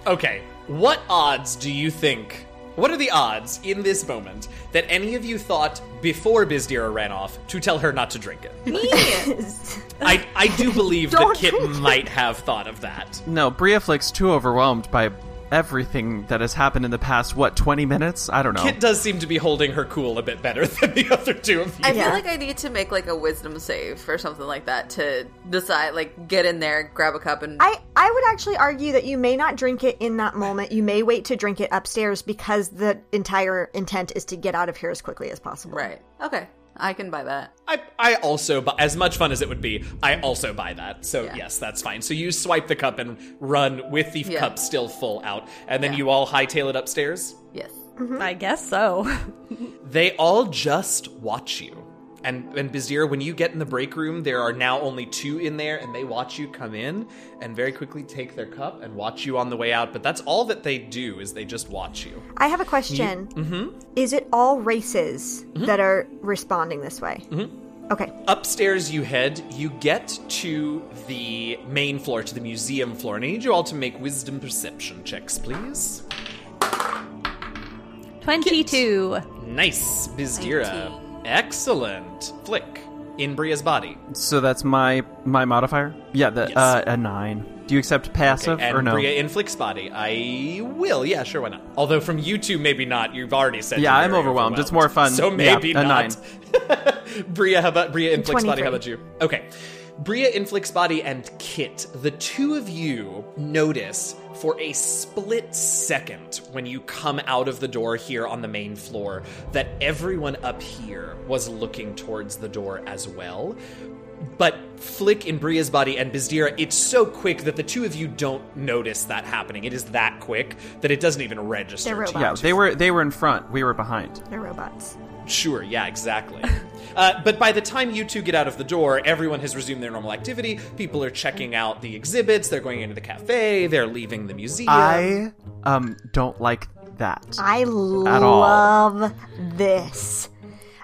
okay. What odds do you think? What are the odds in this moment that any of you thought before Bizdira ran off to tell her not to drink it? I I do believe that
Don't
Kit
drink it.
might have thought of that.
No, Brief looks too overwhelmed by everything that has happened in the past. What twenty minutes? I don't know.
Kit does seem to be holding her cool a bit better *laughs* than the other two of you.
I
Yeah.
feel like I need to make like a wisdom save or something like that to decide, like, get in there, grab a cup, and
*laughs* I, I would actually argue that you may not drink it in that moment. You may wait to drink it upstairs because the entire intent is to get out of here as quickly as possible.
right. Okay, I can buy that.
I, I also buy as much fun as it would be. I also buy that. So
Yeah.
yes, that's fine. So you swipe the cup and run with the
Yeah.
cup still full out, and then
Yeah.
you all hightail it upstairs.
Yes.
*laughs* I guess so.
They all just watch you. And and Bizir, when you get in the break room, there are now only two in there, and they watch you come in and very quickly take their cup and watch you on the way out. But that's all that they do is they just watch you.
I have a question. mm-hmm. Is it all races that are responding this way? Mm-hmm. Okay.
Upstairs you head, you get to the main floor, to the museum floor, and I need you all to make wisdom perception checks, please.
Twenty-two.
Nice, Bizdira. Excellent. Flick. In Bria's body.
So that's my my modifier. Yeah, the,
Yes.
uh, a nine. Do you accept passive
and
or no?
Bria in Flick's body. I will. Yeah, sure. Why not? Although from you two, maybe not. You've already said.
Yeah,
you're
I'm
very
overwhelmed. It's more fun.
So
Yeah,
maybe
a
not. *laughs* Bria, how about Bria in Flick's body? How
23.
about you? Okay. Bria in Flick's body and Kit, the two of you notice for a split second when you come out of the door here on the main floor that everyone up here was looking towards the door as well but Flick in Bria's body and Bizdira, it's so quick that the two of you don't notice that happening. It is that quick that it doesn't even register.
They're
to you.
Yeah, they were they were in front. We were behind.
They're robots.
Sure, yeah, exactly. uh, but by the time you two get out of the door, everyone has resumed their normal activity. People are checking out the exhibits, they're going into the cafe, they're leaving the museum.
I um don't like that.
I
all.
love this.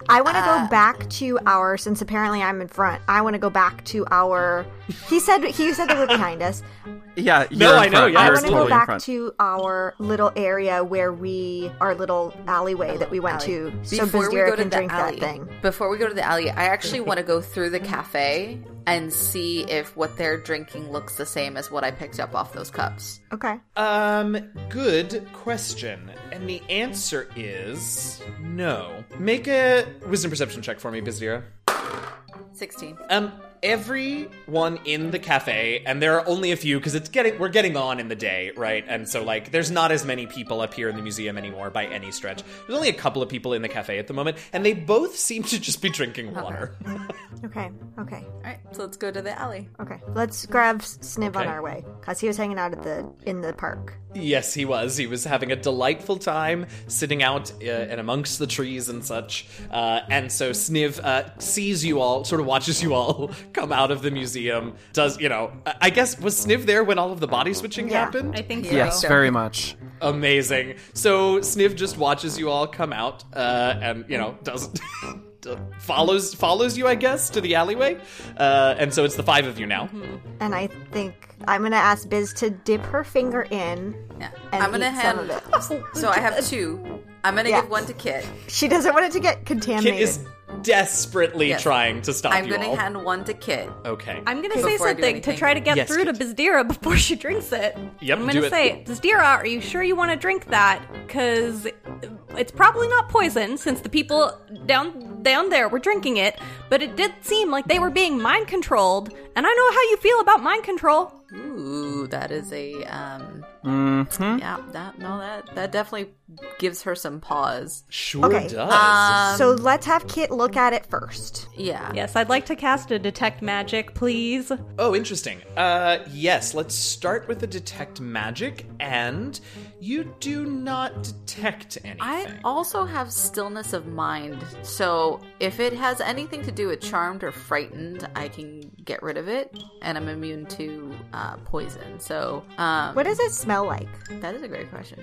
I want to go back to our since apparently I'm in front. I want to go back to our. He said he said they were behind us.
yeah,
No,
you're in
I know,
front.
yeah,
I
You're
it's
want to
totally
go
in
back
front.
to our little area where we our little alleyway that we went to, so
Before we
Bizdira
go to
can
the
drink
alley,
that thing.
before we go to the alley, I actually want to go through the cafe and see if what they're drinking looks the same as what I picked up off those cups.
Okay.
Um, good question. And the answer is no. Make a wisdom perception check for me, Bizdira.
Sixteen.
Um, everyone in the cafe, and there are only a few because it's getting we're getting on in the day, right? And so like, there's not as many people up here in the museum anymore by any stretch. There's only a couple of people in the cafe at the moment, and they both *laughs* seem to just be drinking water. *laughs*
Okay. Okay.
All right, so let's go to the alley.
Okay. Let's grab S- Sniv on
Okay.
our way because he was hanging out at the in the park.
yes, he was. He was having a delightful time sitting out uh, and amongst the trees and such. Uh, and so Sniv uh, sees you all, *laughs* sort of watches you all come out of the museum. Does you know? I I guess was Sniv there when all of the body switching
Yeah.
happened?
I think so.
Yes, very much.
Amazing. So Sniv just watches you all come out, uh, and you know does *laughs* d- follows follows you, I guess, to the alleyway. Uh, and so it's the five of you now.
Mm-hmm.
And I think I'm gonna ask Biz to dip her finger in.
Yeah.
And
I'm gonna
eat some
hand. *laughs* So I have two. I'm gonna
Yeah.
give one to Kit.
She doesn't want it to get contaminated.
Kit is desperately
Yes.
trying to stop
I'm
you
gonna
all.
hand one to Kit.
okay.
I'm gonna say
Before I do
something to
anything.
try to get
Yes,
through to Bizdira before she drinks it.
Yep,
I'm
do
gonna
it.
say, Bizdira, are you sure you want to drink that? Because it's probably not poison, since the people down down there were drinking it. But it did seem like they were being mind controlled, and I know how you feel about mind control.
Ooh, that is a um. Yeah, that no, that that definitely gives her some pause.
sure
Okay.
does.
uh,
so let's have Kit look at it first.
Yeah.
Yes, I'd like to cast a detect magic, please.
Oh, interesting. Uh, yes, let's start with the detect magic, and you do not detect anything.
I also have stillness of mind, so if it has anything to do with charmed or frightened, I can get rid of it, and I'm immune to uh, poison. So um,
What does it smell like?
that is a great question.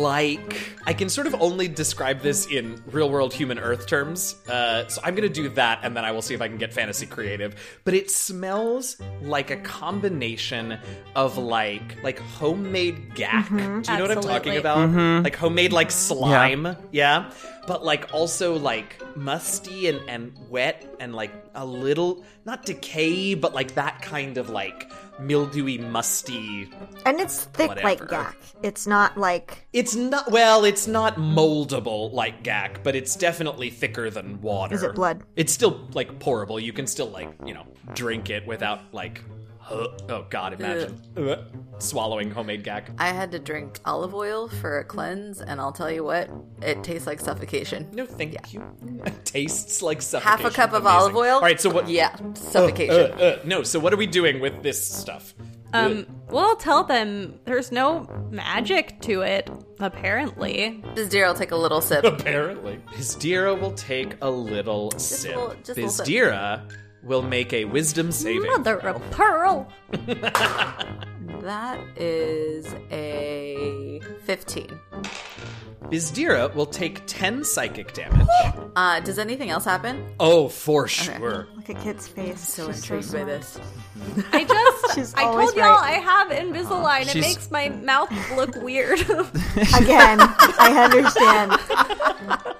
like I can sort of only describe this in real world human Earth terms. Uh, so I'm gonna do that, and then I will see if I can get fantasy creative. But it smells like a combination of like like homemade gack. Do you know what I'm talking
Absolutely.
about? Like homemade like slime, yeah. But like also like musty and and wet and like a little not decay, but like that kind of like mildewy, musty
And it's thick like
Whatever.
yak. It's not like
It's not well, it's not moldable like Gak, but it's definitely thicker than water.
Is it blood?
It's still like pourable. You can still like, you know, drink it without like huh. oh god, imagine Uh, swallowing homemade Gak.
I had to drink olive oil for a cleanse, and I'll tell you what, it tastes like suffocation.
No, thank you. *laughs* It tastes like suffocation.
Half a cup of
Amazing.
olive oil.
All right, so what
Yeah,
uh,
suffocation.
uh, no, so what are we doing with this stuff?
Um, well, tell them there's no magic to it, apparently.
This deer will take a little sip.
Apparently. Bizdira will take a little sip.
little- just a little sip.
Bizdira will make a wisdom saving.
Mother of pearl.
That is a 15.
Bizdira will take 10 psychic damage.
Uh, does anything else happen?
Oh, for sure.
look at Kit's face.
So
She's
intrigued by
smart.
this.
I
*laughs*
just,
She's
I
always
told y'all
right.
I have Invisalign. it
Uh-huh. She's-
makes my mouth look
*laughs*
weird. *laughs*
Again, I understand.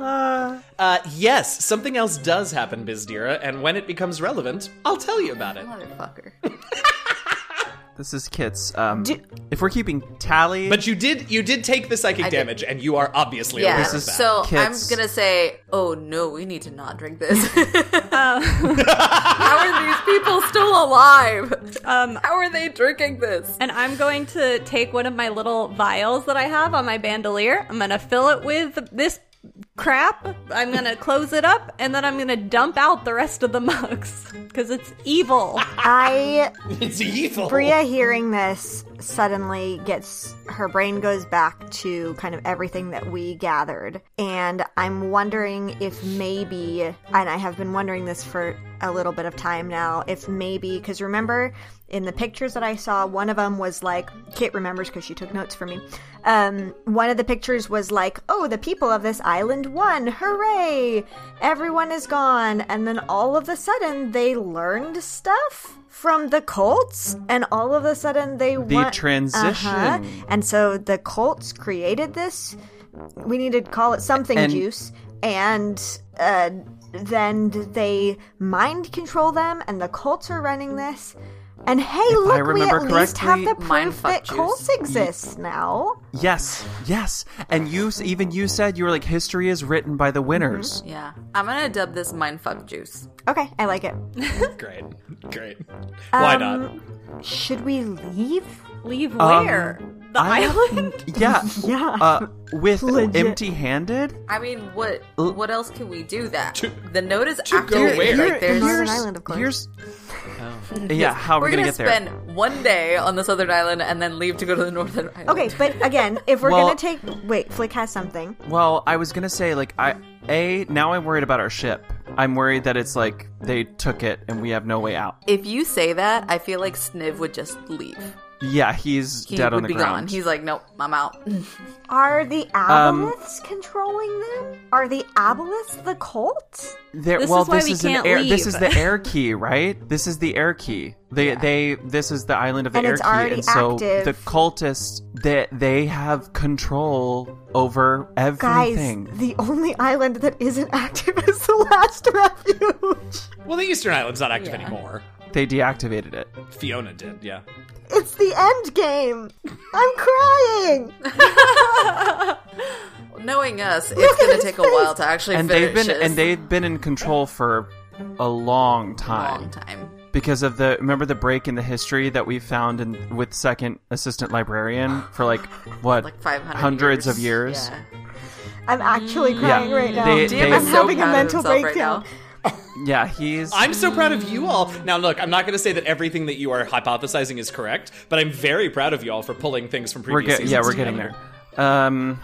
Uh, yes, something else does happen, Bizdira, and when it becomes relevant, I'll tell you about it.
*laughs* Motherfucker.
This is Kit's. Um,
Do-
if we're keeping tally,
But you did you did take the psychic
did.
damage, and you are obviously
Yeah,
aware of that.
so
Kids.
I'm gonna say, oh no, we need to not drink this. *laughs* How are these people still alive?
um,
How are they drinking this?
and I'm going to take one of my little vials that I have on my bandolier. I'm going to fill it with this crap. I'm going to close it up, and then I'm going to dump out the rest of the mugs because it's evil.
I
*laughs* it's evil.
Bria hearing this suddenly gets her brain goes back to kind of everything that we gathered. And I'm wondering if maybe, and I have been wondering this for a little bit of time now, if maybe, because remember in the pictures that I saw, one of them was like, Kit remembers because she took notes for me. Um, one of the pictures was like, oh, the people of this island won. Hooray! Everyone is gone. And then all of a sudden they learned stuff from the cults and all of a sudden they
The
want
transition.
Uh-huh. and so the cults created this we need to call it something
And-
juice and uh, then they mind control them and the cults are running this and hey
I
look we at
remember
least have the
correctly-
proof
Mindfuck
that
juice.
cults exist now
yes, yes. And you, s- even you said you were like, history is written by the
Mm-hmm.
winners.
Yeah, I'm gonna dub this mindfuck juice.
okay i like it
Great, great. Why not?
should we leave
Leave
Um,
where? the
I-
island?
*laughs* Yeah,
*laughs* Yeah.
Uh, with
Legit.
empty-handed.
I mean, what what else can we do? That the note is
go
activated.
where?
Like there's,
Northern Island, of course.
Here's, yeah, how we're,
we're gonna,
get there?
spend one day on the southern island and then leave to go to the northern island.
okay but again if we're
Well-
gonna take wait flick has something
Well, I was gonna say like I a now I'm worried about our ship I'm worried that it's like they took it and we have no way out.
If you say that, I feel like Sniv would just leave.
Yeah, he's
He
dead
would
on the
be
ground.
gone. He's like, nope, I'm out. *laughs*
Are the aboliths controlling them? Are the aboliths the cult?
There,
This
well,
is why
this
we
is an
can't
air. This
leave.
is the air key, right? This is the air key. They, they. This is the island of the
And
air
it's
key,
already
and so
active.
the cultists that they, have control over
Guys,
everything.
the only island that isn't active is the last *laughs* refuge.
Well, the Eastern Island's not active anymore.
they deactivated it.
Fiona did, yeah.
It's the end game. I'm crying.
Knowing us, it's going to take a while to actually
and
finish
they've been
this.
and they've been in control for a long time,
long time.
because of the remember the break in the history that we found in with second assistant librarian for like what
Like 500
hundreds of years.
Yeah.
I'm actually crying right now.
They-
DM
they-
is so
I'm having a
proud of
mental
himself right
breakdown.
now.
Yeah, he's
I'm so proud of you all. Now, look, I'm not going to say that everything that you are hypothesizing is correct, but I'm very proud of you all for pulling things from
we're
previous
get, yeah
seasons
we're getting
together.
there. Um,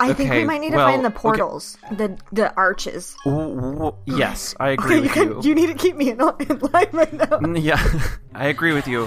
I think we
Okay,
might need to
well,
find the
okay.
portals, the the arches.
w- w- yes, I
*laughs*
agree
You,
with
can- you need to keep me in, *laughs* in line right now.
*laughs* Yeah, I agree with you.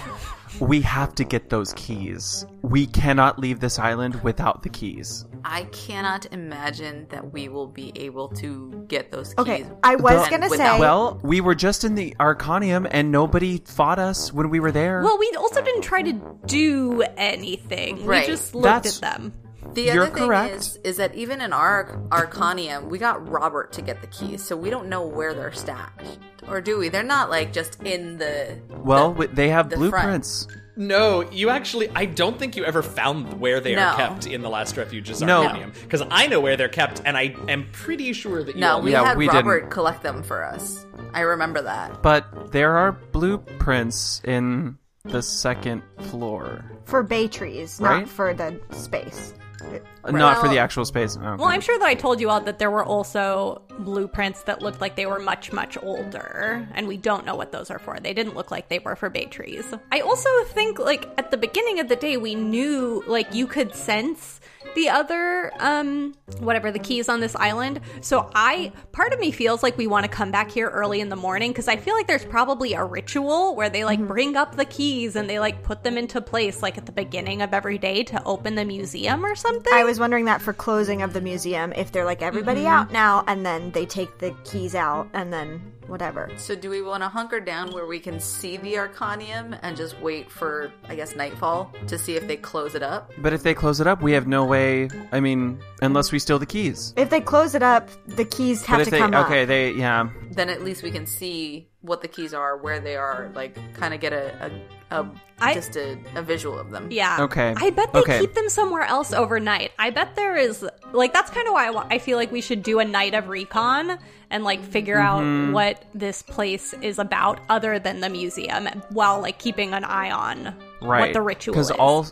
We have to get those keys. We cannot leave this island without the keys.
I cannot imagine that we will be able to get those keys.
Okay, I was
The-
gonna
without-
say.
Well, we were just in the Arcanium and nobody fought us when we were there.
Well, we also didn't try to do anything.
Right.
We just looked
That's-
at them.
The other
You're
thing
correct.
is, is that even in our Arcanium, we got Robert to get the keys, so we don't know where they're stashed, or do we? They're not like just in the.
Well, w they have
the front.
blueprints.
No, you actually, I don't think you ever found where they are
No.
kept in the Last Refuge's
No.
Arcanium. Because I know where they're kept, and I am pretty sure that you
No,
all
we
know.
Yeah,
had
we
Robert
didn't.
collect them for us. I remember that.
But there are blueprints in the second floor.
for bay trees,
Right?
not for the space.
Not for
Well-
the actual space. Okay.
Well, I'm sure that I told you all that there were also blueprints that looked like they were much, much older, and we don't know what those are for. They didn't look like they were for bay trees. I also think, like, at the beginning of the day, we knew, like, you could sense the other, um, whatever, the keys on this island. So I, part of me feels like we want to come back here early in the morning because I feel like there's probably a ritual where they, like, bring up the keys and they, like, put them into place, like, at the beginning of every day to open the museum or something.
I was wondering that for closing of the museum, if they're like everybody
Mm-hmm.
out now, and then they take the keys out, and then whatever.
So, do we want to hunker down where we can see the Arcanium and just wait for, I guess, nightfall to see if they close it up?
But if they close it up, we have no way. I mean, unless we steal the keys.
If they close it up, the keys have
but if
to
they
come
okay,
up.
they yeah.
Then at least we can see what the keys are, where they are, like kind of get a, a, a
I-
just a, a visual of them.
Yeah.
Okay.
I bet they
Okay.
keep them somewhere else overnight. I bet there is like that's kind of why I, wa- I feel like we should do a night of recon and like figure
Mm-hmm.
out what this place is about other than the museum while like keeping an eye on
Right.
what the ritual is.
Because all.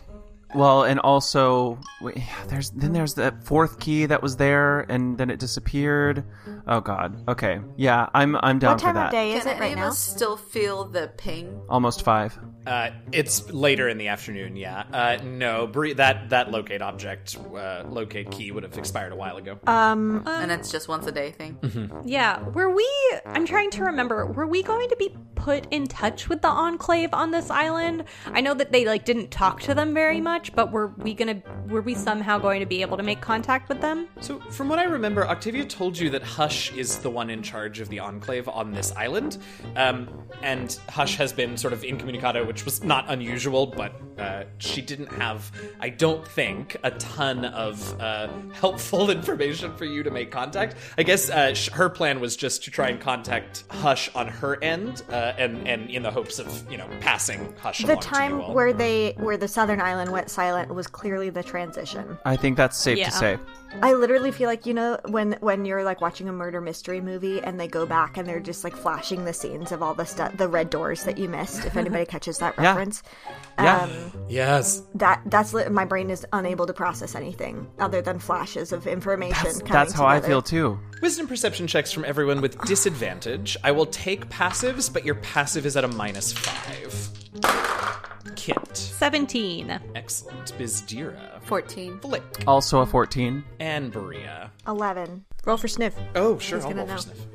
Well, and also wait, there's then there's that fourth key that was there, and then it disappeared. Oh God. Okay. Yeah, I'm I'm down
What time
for that.
of day is
Can
it
any
right
of
now?
us still feel the ping?
Almost five.
Uh, it's later in the afternoon. Yeah. Uh, no, Bree, that that locate object, uh, locate key would have expired a while ago.
Um,
and it's just once a day thing.
yeah, were we? I'm trying to remember. Were we going to be put in touch with the enclave on this island? I know that they like didn't talk to them very much, but were we gonna? Were we somehow going to be able to make contact with them?
so, from what I remember, Octavia told you that Hush is the one in charge of the enclave on this island, um, and Hush has been sort of incommunicado, which was not unusual. But uh, she didn't have, I don't think, a ton of uh, helpful *laughs* information for you to make contact. I guess uh, sh- her plan was just to try and contact Hush on her end, uh, and and in the hopes of you know passing Hush.
the
along to you
time
all.
where they where the southern island went silent was clearly the transition.
I think that's safe
Yeah.
to say.
I literally feel like you know when when you're like watching a murder mystery movie and they go back and they're just like flashing the scenes of all the stuff, the red doors that you missed. If
*laughs*
anybody catches that reference,
Yeah.
Yes.
that that's li- my brain is unable to process anything other than flashes of information.
that's
coming
that's how I
together.
feel too.
Wisdom perception checks from everyone with disadvantage. I will take passives, but your passive is at a minus five. Kit.
Seventeen.
Excellent. Bizdira.
14.
Flick.
Also a fourteen.
And Berea.
Eleven. Roll for sniff.
Oh, sure. I'll roll
gonna
for
know?
sniff.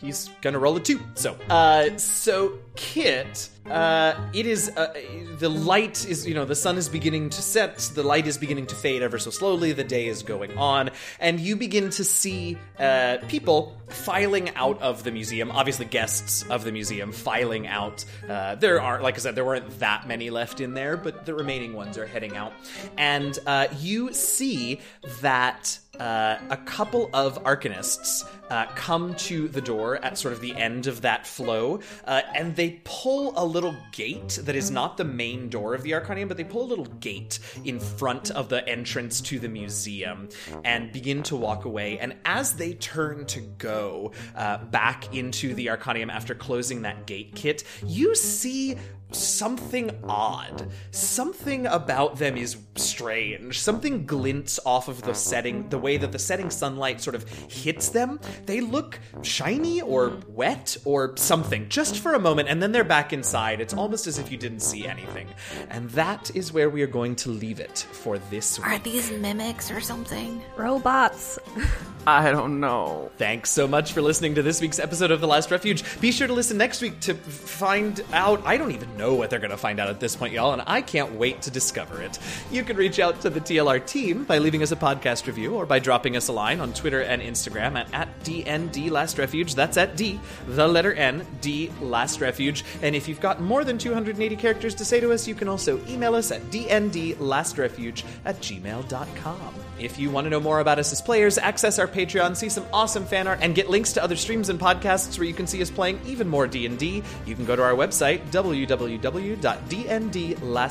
he's gonna roll a two. So, uh, so Kit, uh, it is uh, the light is you know the sun is beginning to set, the light is beginning to fade ever so slowly. The day is going on, and you begin to see uh, people filing out of the museum. Obviously, guests of the museum filing out. Uh, there are, like I said, there weren't that many left in there, but the remaining ones are heading out, and uh, you see that uh, a couple of arcanists uh, come to the door at sort of the end of that flow, uh, and they pull a little gate that is not the main door of the Arcanium, but they pull a little gate in front of the entrance to the museum and begin to walk away. And as they turn to go uh, back into the Arcanium after closing that gate, Kit, you see something odd. Something about them is strange. Something glints off of the setting, the way that the setting sunlight sort of hits them. They look shiny or wet or something just for a moment, and then they're back inside. It's almost as if you didn't see anything. And that is where we are going to leave it for this
Are
week.
these mimics or something?
Robots.
I don't know.
Thanks so much for listening to this week's episode of The Last Refuge. Be sure to listen next week to f- find out. I don't even know what they're going to find out at this point, y'all, and I can't wait to discover it. You can reach out to the TLR team by leaving us a podcast review or by dropping us a line on Twitter and Instagram at, at DND Last Refuge. That's at D, the letter N, D Last Refuge. And if you've got more than 280 characters to say to us, you can also email us at dndlastrefuge at gmail.com. If you want to know more about us as players, access our Patreon, see some awesome fan art, and get links to other streams and podcasts where you can see us playing even more D&D, you can go to our website,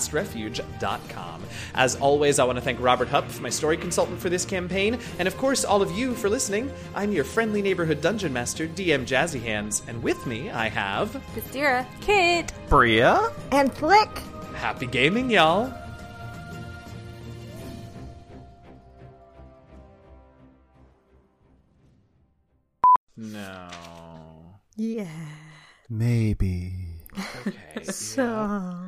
www.dndlastrefuge.com. As always, I want to thank Robert Hupp, my story consultant for this campaign, and of course, all of you for listening. I'm your friendly neighborhood dungeon master, DM Jazzy Hands, and with me I have...
Bastira.
Kit.
Bria?
And flick.
Happy gaming, y'all! No.
Yeah.
Maybe.
*laughs*
Okay.
So.